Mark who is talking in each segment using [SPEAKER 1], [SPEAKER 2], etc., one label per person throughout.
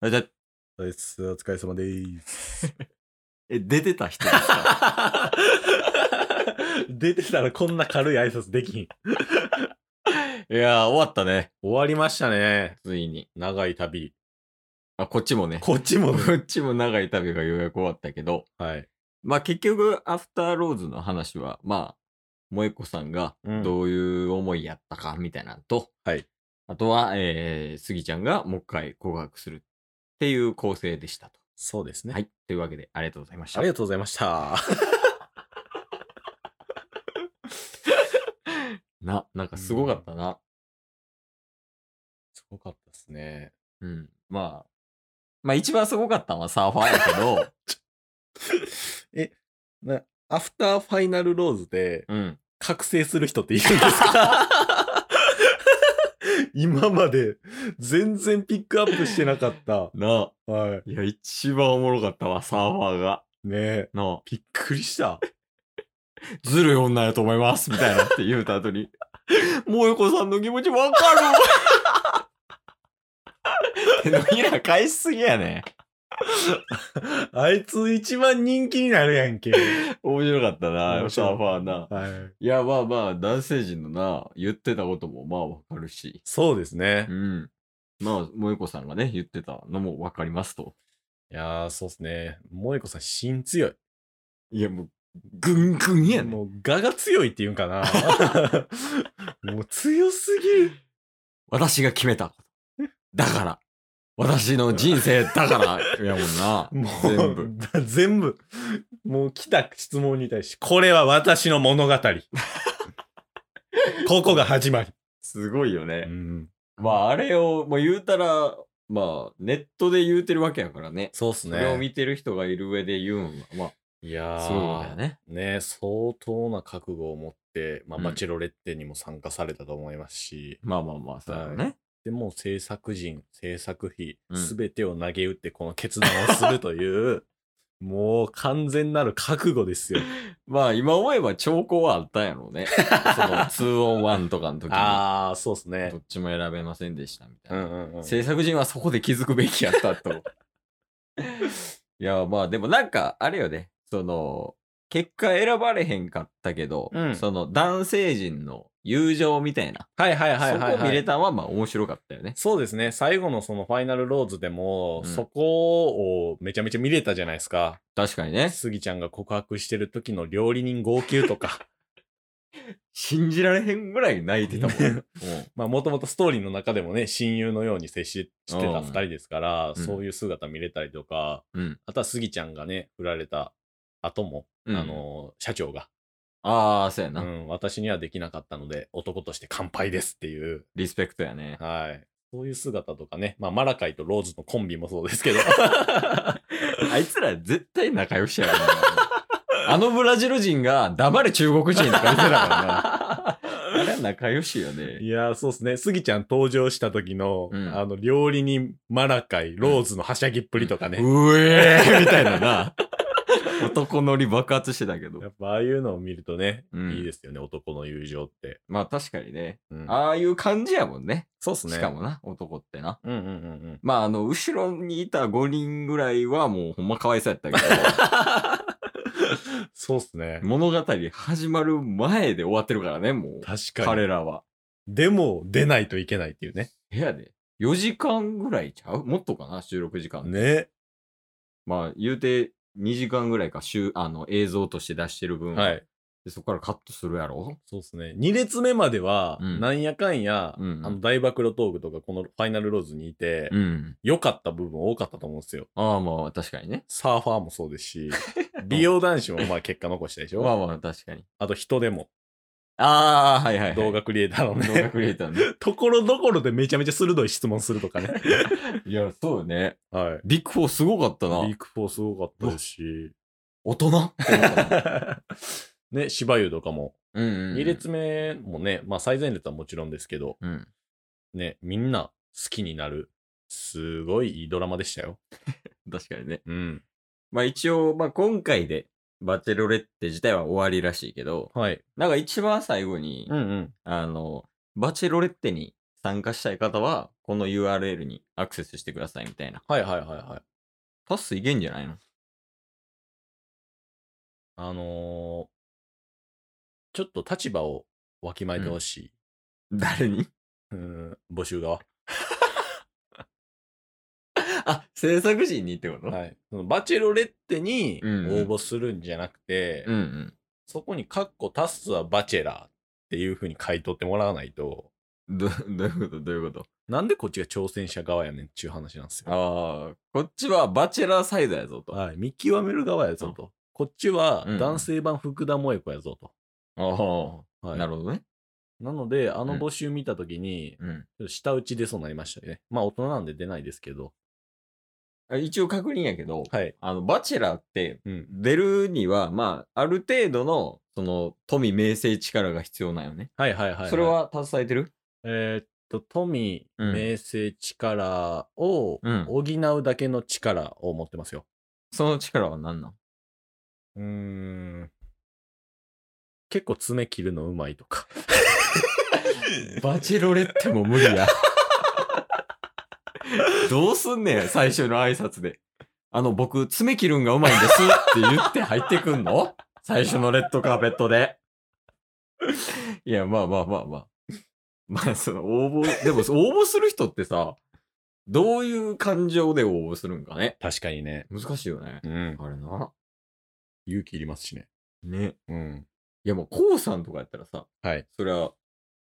[SPEAKER 1] あじゃあ
[SPEAKER 2] ナイス、お疲れ様でーす。
[SPEAKER 1] え、出てた人ですか
[SPEAKER 2] 出てたらこんな軽い挨拶できん。
[SPEAKER 1] いやー、終わったね。
[SPEAKER 2] 終わりましたね。
[SPEAKER 1] ついに。
[SPEAKER 2] 長い旅。
[SPEAKER 1] あ、こっちもね。
[SPEAKER 2] こっちもね。
[SPEAKER 1] こっちも長い旅がようやく終わったけど。
[SPEAKER 2] はい。
[SPEAKER 1] まあ結局、アフターローズの話は、まあ、萌子さんが
[SPEAKER 2] うん
[SPEAKER 1] どういう思いやったかみたいなのと、
[SPEAKER 2] はい
[SPEAKER 1] あとは、えー、スギちゃんがもう一回告白するっていう構成でしたと。
[SPEAKER 2] そうですね。
[SPEAKER 1] はい。というわけで、ありがとうございました。
[SPEAKER 2] ありがとうございました。
[SPEAKER 1] な、なんかすごかったな。
[SPEAKER 2] すごかったですね。
[SPEAKER 1] うん。まあ、まあ一番すごかったのはサーファーやけ ど、
[SPEAKER 2] え、な、アフターファイナルローズで
[SPEAKER 1] うん。
[SPEAKER 2] 覚醒する人っているんです か今まで全然ピックアップしてなかった。
[SPEAKER 1] なあ。
[SPEAKER 2] はい
[SPEAKER 1] や、一番おもろかったわ、サーファーが。
[SPEAKER 2] い。ねえ。
[SPEAKER 1] なあ。
[SPEAKER 2] びっくりした。
[SPEAKER 1] ずるい女やと思います、みたいな って言うた後に。萌子さんの気持ちわかるわ 手のひら返しすぎやね。
[SPEAKER 2] あいつ一番人気になるやんけ。
[SPEAKER 1] 面白かったな、
[SPEAKER 2] 面
[SPEAKER 1] サ
[SPEAKER 2] 白い
[SPEAKER 1] ーファーな。
[SPEAKER 2] はい。
[SPEAKER 1] いや、まあまあ、男性陣のな、言ってたこともまあわかるし。
[SPEAKER 2] そうですね。
[SPEAKER 1] うん。まあ、萌子さんがね、言ってたのもわかりますと。
[SPEAKER 2] いやー、そうっすね。萌子さん、芯強い。
[SPEAKER 1] いや、もう、ぐんぐんやね。
[SPEAKER 2] もう、我が強いっていうんか な。もう、強すぎる。
[SPEAKER 1] 私が決めたこと。だから。私の人生だ から。やもんな。
[SPEAKER 2] もう、
[SPEAKER 1] 全部。
[SPEAKER 2] だ 全部。もう、来た質問に対し、これは私の物 語。ここが始まり。
[SPEAKER 1] すごいよ
[SPEAKER 2] う
[SPEAKER 1] ね。
[SPEAKER 2] ん、
[SPEAKER 1] まあ、あれを、まあ、言うたら、まあ、ネットで言うてるわけやからね。
[SPEAKER 2] そうっす
[SPEAKER 1] それを
[SPEAKER 2] ね。
[SPEAKER 1] 見てる人がいる上で言うんは、ま
[SPEAKER 2] いや
[SPEAKER 1] あ、
[SPEAKER 2] ー、
[SPEAKER 1] そうだよね。
[SPEAKER 2] ね相当な覚悟を持って、まあ、
[SPEAKER 1] うん
[SPEAKER 2] バチェロレッテにも参加されたと思いますし、
[SPEAKER 1] まあまあまあ、そうだよ
[SPEAKER 2] は
[SPEAKER 1] ね。
[SPEAKER 2] でもう制作人、制作費
[SPEAKER 1] う、ん
[SPEAKER 2] すべてを投げ打ってこの決断をすると いう、もう完全なる覚悟ですよ。
[SPEAKER 1] まあ、今思えば兆候はあったんやろうね。その、2 on 1とかの時に、
[SPEAKER 2] ああ、そうですね
[SPEAKER 1] ど。っちも選べませんでしたみたいな。
[SPEAKER 2] うんう
[SPEAKER 1] 制作陣はそこで気づくべきやったと。 いや、まあでもなんか、あれよね、その、結果選ばれへんかったけど、
[SPEAKER 2] うん
[SPEAKER 1] その男性陣の友情みたいな、
[SPEAKER 2] はいはいはいはい、はい。
[SPEAKER 1] そこを見れたんはまあ面白かったよね。
[SPEAKER 2] そうですね。最後のそのファイナルローズでも、
[SPEAKER 1] うん
[SPEAKER 2] そこをめちゃめちゃ見れたじゃないですか。
[SPEAKER 1] 確かにね。
[SPEAKER 2] スギちゃんが告白してる時の料理人号泣と か。
[SPEAKER 1] 信じられへんぐらい泣いてたもん。うん
[SPEAKER 2] まあもともとストーリーの中でもね、親友のように接ししてた
[SPEAKER 1] うん
[SPEAKER 2] 二人ですから、
[SPEAKER 1] うん
[SPEAKER 2] そういう姿見れたりとか、
[SPEAKER 1] うん
[SPEAKER 2] あとはスギちゃんがね、振られた後も、
[SPEAKER 1] うん
[SPEAKER 2] あの、社長が、
[SPEAKER 1] ああ、そうや
[SPEAKER 2] う
[SPEAKER 1] な、
[SPEAKER 2] ん、私にはできなかったので、男として乾杯ですって いう、
[SPEAKER 1] リスペクトやね。
[SPEAKER 2] はい。そういう姿とかね、まあマラカイとローズのコンビもそうです けど、
[SPEAKER 1] あいつら絶対仲良しやろな。あのブラジル人が黙れ中国人とか言ってた からな。あれは仲良しよね。
[SPEAKER 2] いやー、そうですね。スギちゃん登場した時の、
[SPEAKER 1] うん
[SPEAKER 2] あの、料理人、マラカイ、ローズのはしゃぎっぷりとかね。
[SPEAKER 1] うえーみたいな な。男乗り爆発してたけど
[SPEAKER 2] や。っぱ、ああいうのを見るとね、
[SPEAKER 1] うん
[SPEAKER 2] いいですよね、男の友情って。
[SPEAKER 1] まあ確かにね。
[SPEAKER 2] うん
[SPEAKER 1] ああいう感じやもんね。
[SPEAKER 2] そうっすね。
[SPEAKER 1] しか。もな、男ってな。
[SPEAKER 2] うんうんうんうん。
[SPEAKER 1] まああの、後ろにいた5人ぐらいはもうほんまかわいそうやったけ
[SPEAKER 2] そうっすね
[SPEAKER 1] ど、。物語始まる前で終わってるからね、もう。
[SPEAKER 2] 確かに。
[SPEAKER 1] 彼らは。
[SPEAKER 2] でも、出ないといけないっていうね。
[SPEAKER 1] 部屋で。4時間ぐらいちゃうもっとかな、収録時間。
[SPEAKER 2] ね。
[SPEAKER 1] まあ言うて2時間ぐらいか週あの映像として出してる分、
[SPEAKER 2] はい。
[SPEAKER 1] でそこからカットするやろ
[SPEAKER 2] そうっすね。2列目までは、
[SPEAKER 1] うん
[SPEAKER 2] なんやかんや、
[SPEAKER 1] うんうん
[SPEAKER 2] あの、大暴露トークとか、このファイナルローズにいて、
[SPEAKER 1] うん。
[SPEAKER 2] 良かった部分多かったと思うんですよ。
[SPEAKER 1] ああまあ確かにね。
[SPEAKER 2] サーファーもそうです し、 美容男子もまあ結果残したでしょ。
[SPEAKER 1] まあまあ確かに。
[SPEAKER 2] あと人でも、
[SPEAKER 1] ああはいはい、はい。
[SPEAKER 2] 動画クリエイターのね、
[SPEAKER 1] 動画クリエイターね。
[SPEAKER 2] ところどころでめちゃめちゃ鋭い質問すると かね。
[SPEAKER 1] いやそうね。
[SPEAKER 2] はい。
[SPEAKER 1] ビッグフォーすごかったな。
[SPEAKER 2] ビッグフォーすごかったですし。
[SPEAKER 1] 大人
[SPEAKER 2] ね、芝生とかも。
[SPEAKER 1] うんうんうん。
[SPEAKER 2] 2列目もね、まあ最前列はもちろんですけど、
[SPEAKER 1] うん。
[SPEAKER 2] ね、みんな好きになる。すごいいいドラマでしたよ。
[SPEAKER 1] 確かにね。
[SPEAKER 2] うん。
[SPEAKER 1] まあ一応、まあ今回でバチェロレッテ自体は終わりらしいけど、
[SPEAKER 2] はい。
[SPEAKER 1] なんか一番最後に、
[SPEAKER 2] んうん。
[SPEAKER 1] あの、バチェロレッテに参加したい方は、この URL にアクセスしてくださいみたいな。
[SPEAKER 2] はいはいはいはい。
[SPEAKER 1] パスいけんじゃないの
[SPEAKER 2] あのーちょっと立場をわきまえてほし
[SPEAKER 1] 誰に
[SPEAKER 2] い。うん、募集側。
[SPEAKER 1] あ、制作陣にってこと、
[SPEAKER 2] はい。そのバチェロレッテに応
[SPEAKER 1] うんうん
[SPEAKER 2] 募するんじゃなくて、
[SPEAKER 1] うんうん。
[SPEAKER 2] そこにカッコタスはバチェラーっていう風に買い取ってもらわないと、
[SPEAKER 1] ど、どういうことどういうこと
[SPEAKER 2] なんでこっちが挑戦者側やねんっていう話なんですよ。
[SPEAKER 1] ああ、こっちはバチェラーサイドやぞと。あ
[SPEAKER 2] はい。見極める側やぞと。こっちは
[SPEAKER 1] うん
[SPEAKER 2] 男性版福田萌子やぞと。
[SPEAKER 1] あ、
[SPEAKER 2] はい。
[SPEAKER 1] なるほどね。
[SPEAKER 2] なので、あの
[SPEAKER 1] うん
[SPEAKER 2] 募集見たときに、
[SPEAKER 1] うん
[SPEAKER 2] ちょっと舌打ち出そうになりましたよね。まあ大人なんで出ないですけど。
[SPEAKER 1] あ。一応確認やけど、
[SPEAKER 2] はい。
[SPEAKER 1] あの、バチェラーって、
[SPEAKER 2] うん。
[SPEAKER 1] 出るには、まあ、ある程度の、その、富、名声、力が必要なんよね。
[SPEAKER 2] はいはいはい、
[SPEAKER 1] それ、は携えてる
[SPEAKER 2] えーっと、富、
[SPEAKER 1] うん
[SPEAKER 2] 名声、力を
[SPEAKER 1] うん
[SPEAKER 2] 補うだけの力を持ってますよ。
[SPEAKER 1] その力は何なん
[SPEAKER 2] うーん。結構爪切るのうまいとか。
[SPEAKER 1] バチェロレッテも無理 や。どうすんねん、最初の挨拶で。あの、僕、爪切るんがうまいんですって言って入ってくんの最初のレッドカーペットで。いや、まあまあまあまあ。まあ、その応募、でも応募する人ってさ、どういう感情で応募するんかね。
[SPEAKER 2] 確かにね。
[SPEAKER 1] 難しいよね。
[SPEAKER 2] うん。
[SPEAKER 1] あれな。
[SPEAKER 2] 勇気いりますしね。
[SPEAKER 1] ね。
[SPEAKER 2] うん。
[SPEAKER 1] いや、もう、こうさんとかやったらさ、
[SPEAKER 2] はい。
[SPEAKER 1] それは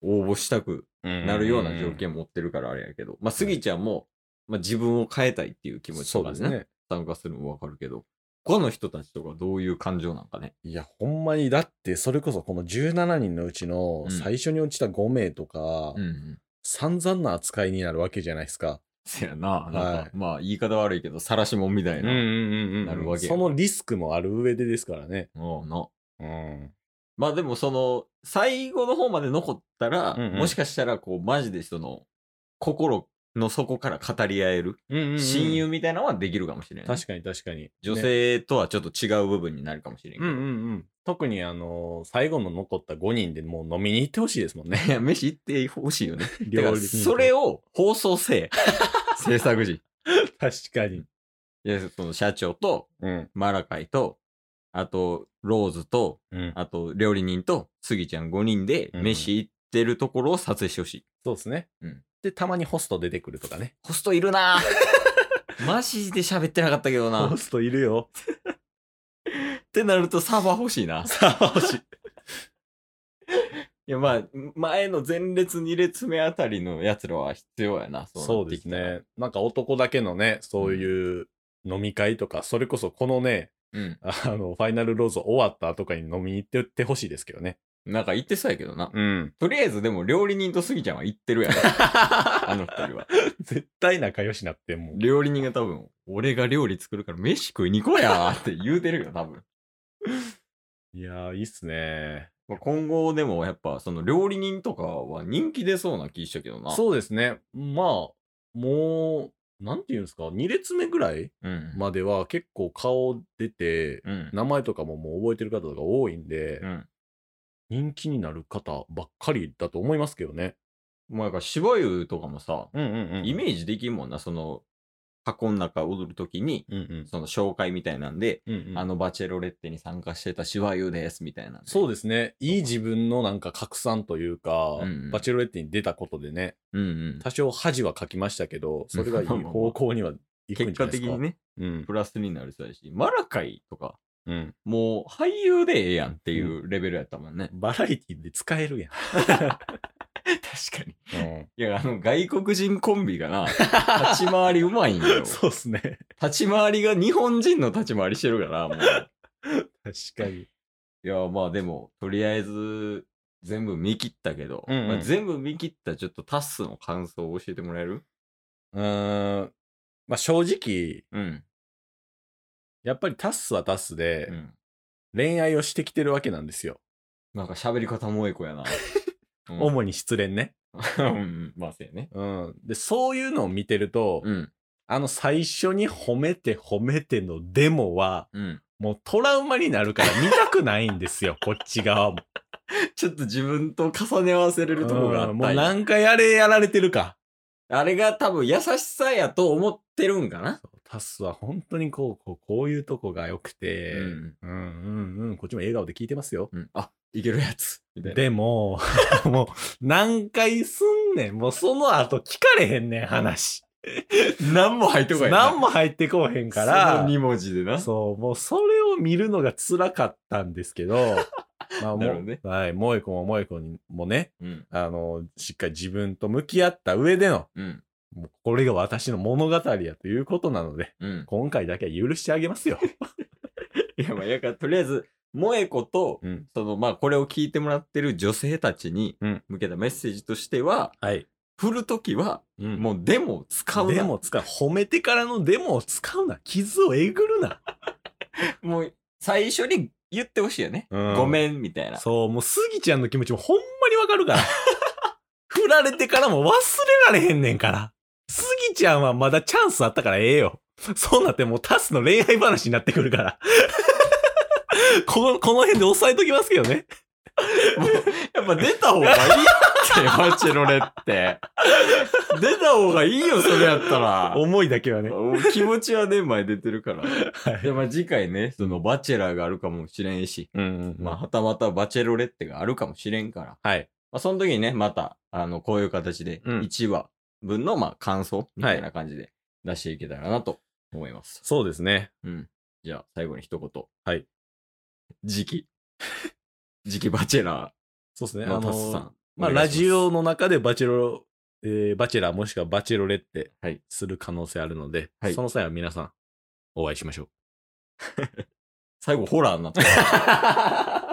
[SPEAKER 1] 応募したくな
[SPEAKER 2] な
[SPEAKER 1] るような条件持ってるからあれやけど、まあ、スギちゃんも、まあ、自分を変えたいっていう気持ち
[SPEAKER 2] そ
[SPEAKER 1] と
[SPEAKER 2] う
[SPEAKER 1] か
[SPEAKER 2] で
[SPEAKER 1] ですね、
[SPEAKER 2] ね。
[SPEAKER 1] 参加するのもわかるけど、他の人たちとかどういう感情なんかね。
[SPEAKER 2] いや、ほんまに、だって、それこそこの17人のうちの
[SPEAKER 1] うん
[SPEAKER 2] 最初に落ちた5名とか、
[SPEAKER 1] うん、うん。
[SPEAKER 2] 散々な扱いになるわけじゃないですか。
[SPEAKER 1] せやな、なんか、
[SPEAKER 2] はい
[SPEAKER 1] まあ、言い方悪いけど、晒しもんみたいな。
[SPEAKER 2] う
[SPEAKER 1] なるわけや
[SPEAKER 2] そのリスクもある上でですからね。
[SPEAKER 1] うんの
[SPEAKER 2] うん。
[SPEAKER 1] まあ、でも、その、最後の方まで残ったら、
[SPEAKER 2] うんうん
[SPEAKER 1] もしかしたら、こう、マジでその、心の底から語り合える、
[SPEAKER 2] うんうんうん
[SPEAKER 1] 親友みたいなのはできるかもしれない、
[SPEAKER 2] 確かに確かに。
[SPEAKER 1] 女
[SPEAKER 2] ね
[SPEAKER 1] 性とはちょっと違う部分になるかもしれんけ
[SPEAKER 2] う
[SPEAKER 1] ど。
[SPEAKER 2] んうんうん。特にあのー最後の残った5人でもう飲みに行ってほしいですもん ね。
[SPEAKER 1] いや、飯行ってほしいよね。だから、そ
[SPEAKER 2] そ
[SPEAKER 1] れ
[SPEAKER 2] れを。
[SPEAKER 1] を放送せえ。 制作陣。
[SPEAKER 2] 確かに。
[SPEAKER 1] いや、その社長と、
[SPEAKER 2] うん。
[SPEAKER 1] マラカイと、あと、ローズと、
[SPEAKER 2] うん。
[SPEAKER 1] あと、料理人と、スギちゃん5人で、
[SPEAKER 2] うん
[SPEAKER 1] 飯行ってるところを撮影してほしい。
[SPEAKER 2] そうですね。
[SPEAKER 1] うん
[SPEAKER 2] で、たまにホスト出てくるとかね。
[SPEAKER 1] ホストいるな ぁマジで喋ってなかったけどな
[SPEAKER 2] ホ
[SPEAKER 1] っ
[SPEAKER 2] ストいるよ。
[SPEAKER 1] てなるとサーバー欲しいな。
[SPEAKER 2] さあ、しい。
[SPEAKER 1] いや、まあ、前の前列2列目あたりのやつらは必要やな。な
[SPEAKER 2] そう
[SPEAKER 1] って
[SPEAKER 2] で
[SPEAKER 1] き
[SPEAKER 2] す
[SPEAKER 1] たら
[SPEAKER 2] ね。。なんか男だけのね、そういう飲み会とか、それこそこのね、
[SPEAKER 1] うん。
[SPEAKER 2] あの、ファイナルローズ終わったとかに飲みに行ってってほしいですけどね。
[SPEAKER 1] なんか言ってそうやけどな。
[SPEAKER 2] うん。
[SPEAKER 1] とりあえずでも料理人とスギちゃんは行ってるやろ。 あの二人は。
[SPEAKER 2] 絶対仲良しなって、もう。
[SPEAKER 1] 料理人が多分、俺が料理作るから飯食いに行こうやーって言うてるよ、多分。
[SPEAKER 2] いやー、いいっすね。
[SPEAKER 1] まあ今後でもやっぱその料理人とかは人気出そうな気したけどな。う。
[SPEAKER 2] そうですね。まあ、もう、なんていうんですか、2列目ぐらい
[SPEAKER 1] うん。
[SPEAKER 2] までは結構顔出て、
[SPEAKER 1] うん。
[SPEAKER 2] 名前とかももう覚えてる方が多いんで、
[SPEAKER 1] うん。
[SPEAKER 2] 人気になる方ばっかりだと思いますけどね。
[SPEAKER 1] まあ、なんか芝居とかもさ、
[SPEAKER 2] うんうんうん
[SPEAKER 1] イメージできんもんな、その、箱の中踊るときに、
[SPEAKER 2] うんうん。
[SPEAKER 1] その紹介みたいなんで、
[SPEAKER 2] うんうん
[SPEAKER 1] あのバチェロレッテに参加してた芝居ですみたいな。
[SPEAKER 2] そうですね。いい自分のなんか拡散というか、
[SPEAKER 1] うんうん
[SPEAKER 2] バチェロレッテに出たことでね、
[SPEAKER 1] う。うんうん。
[SPEAKER 2] 多少恥はかきましたけど、それがいい方向には行くん
[SPEAKER 1] 結
[SPEAKER 2] じゃ
[SPEAKER 1] 果
[SPEAKER 2] ないです
[SPEAKER 1] 的
[SPEAKER 2] か。
[SPEAKER 1] にね、
[SPEAKER 2] うん
[SPEAKER 1] プ。ラスになりそうやし、マラカイとか、
[SPEAKER 2] うん。
[SPEAKER 1] もう俳優でええやんっていうレベルやったもんね。
[SPEAKER 2] バラエティで使えるやん。
[SPEAKER 1] 確かに。
[SPEAKER 2] うん
[SPEAKER 1] いや、あの、外国人コンビがな、立ち回りうまいんよ。
[SPEAKER 2] そうっすね。
[SPEAKER 1] 立ち回りが日本人の立ち回りしてるから、もう。
[SPEAKER 2] 確かに。
[SPEAKER 1] いや、まあでも、とりあえず、全部見切ったけど、
[SPEAKER 2] うんうん
[SPEAKER 1] まあ、全部見切ったちょっとタッスの感想を教えてもらえる
[SPEAKER 2] うーん。まあ正直、
[SPEAKER 1] うん。
[SPEAKER 2] やっぱりタスはタスで、
[SPEAKER 1] うん。
[SPEAKER 2] 恋愛をしてきてるわけなんですよ。
[SPEAKER 1] なんか喋り方もえこやな。 うん
[SPEAKER 2] 主に失恋ね。
[SPEAKER 1] うん。まあ、せやね。
[SPEAKER 2] うん。で、そういうのを見てると、
[SPEAKER 1] うん。
[SPEAKER 2] あの最初に褒めて褒めてのデモは、
[SPEAKER 1] うん。
[SPEAKER 2] もうトラウマになるから見たくないんですよ、こっち側も。
[SPEAKER 1] ちょっと自分と重ね合わせれるとこがあ
[SPEAKER 2] う
[SPEAKER 1] っ
[SPEAKER 2] んも
[SPEAKER 1] た
[SPEAKER 2] うん
[SPEAKER 1] や
[SPEAKER 2] 何回あれやられてるか。
[SPEAKER 1] あれが多分優しさやと思ってるんかな。
[SPEAKER 2] タスは本当にこう、こうこういうとこが良くて、
[SPEAKER 1] うん
[SPEAKER 2] うんうんうん、こっちも笑顔で聞いてますよ。
[SPEAKER 1] うん、あ、いけるやつ。みたいな
[SPEAKER 2] でも、 もう、何回すんねん。もうその後聞かれへんねん、話。
[SPEAKER 1] 何も入ってこない。
[SPEAKER 2] 何も入ってこうへんから
[SPEAKER 1] その、2文字でな。
[SPEAKER 2] そう、もうそれを見るのが辛かったんですけど、 まあも
[SPEAKER 1] なるほ
[SPEAKER 2] う、
[SPEAKER 1] どね
[SPEAKER 2] はい、萌子も萌子にもね、
[SPEAKER 1] うん。
[SPEAKER 2] あの、しっかり自分と向き合った上での、
[SPEAKER 1] うん。
[SPEAKER 2] もうこれが私の物語やということなので、
[SPEAKER 1] うん。
[SPEAKER 2] 今回だけは許してあげます よ。
[SPEAKER 1] いや、まあ、やから、とりあえず、萌子と、
[SPEAKER 2] うん
[SPEAKER 1] その、まあ、これを聞いてもらってる女性たちに
[SPEAKER 2] うん
[SPEAKER 1] 向けたメッセージとしては、
[SPEAKER 2] はい。
[SPEAKER 1] 振るときは、
[SPEAKER 2] うん
[SPEAKER 1] もう、でもを使うな。
[SPEAKER 2] でも使う。褒めてからのでもを使うな。傷をえぐるな。
[SPEAKER 1] もう、最初に言ってほしいよね。
[SPEAKER 2] うん
[SPEAKER 1] ごめん、みたいな。
[SPEAKER 2] そう、もうスギちゃんの気持ちもほんまにわかるから。振られてからも忘れられへんねんから。スギちゃんはまだチャンスあったからええよ。そうなってもうタスの恋愛話になってくるから。 この、この辺で押さえときますけどね。
[SPEAKER 1] やっぱ出た方がいいって、バチェロレ って。出た方がいいよ、それやったら。
[SPEAKER 2] 思いだけはね。
[SPEAKER 1] 気持ちはね、前出てるから。
[SPEAKER 2] はい。
[SPEAKER 1] で、まあ次回ね、そのバチェラーがあるかもしれんし、
[SPEAKER 2] うん、
[SPEAKER 1] まあはたまたバチェロレッテがあるかもしれんから、ま
[SPEAKER 2] あ。はい。
[SPEAKER 1] あその時にね、また、あの、こういう形で、
[SPEAKER 2] うん
[SPEAKER 1] 1話分の、まあ感想みたいな感じで出していけたらなと思います。
[SPEAKER 2] そうですね。
[SPEAKER 1] うん。じゃあ最後に一言。
[SPEAKER 2] はい。
[SPEAKER 1] 次期。次期バチェラ
[SPEAKER 2] そうですね。
[SPEAKER 1] ー
[SPEAKER 2] あ
[SPEAKER 1] の
[SPEAKER 2] の
[SPEAKER 1] タスさん。
[SPEAKER 2] まあ、
[SPEAKER 1] お願
[SPEAKER 2] ラ
[SPEAKER 1] いしす
[SPEAKER 2] ジオの中でバチェロ、えーバチェラーもしくはバチェロレって
[SPEAKER 1] はい
[SPEAKER 2] する可能性あるので、
[SPEAKER 1] はい
[SPEAKER 2] その際は皆さんお会いしましょう。
[SPEAKER 1] 最後ホラーになった。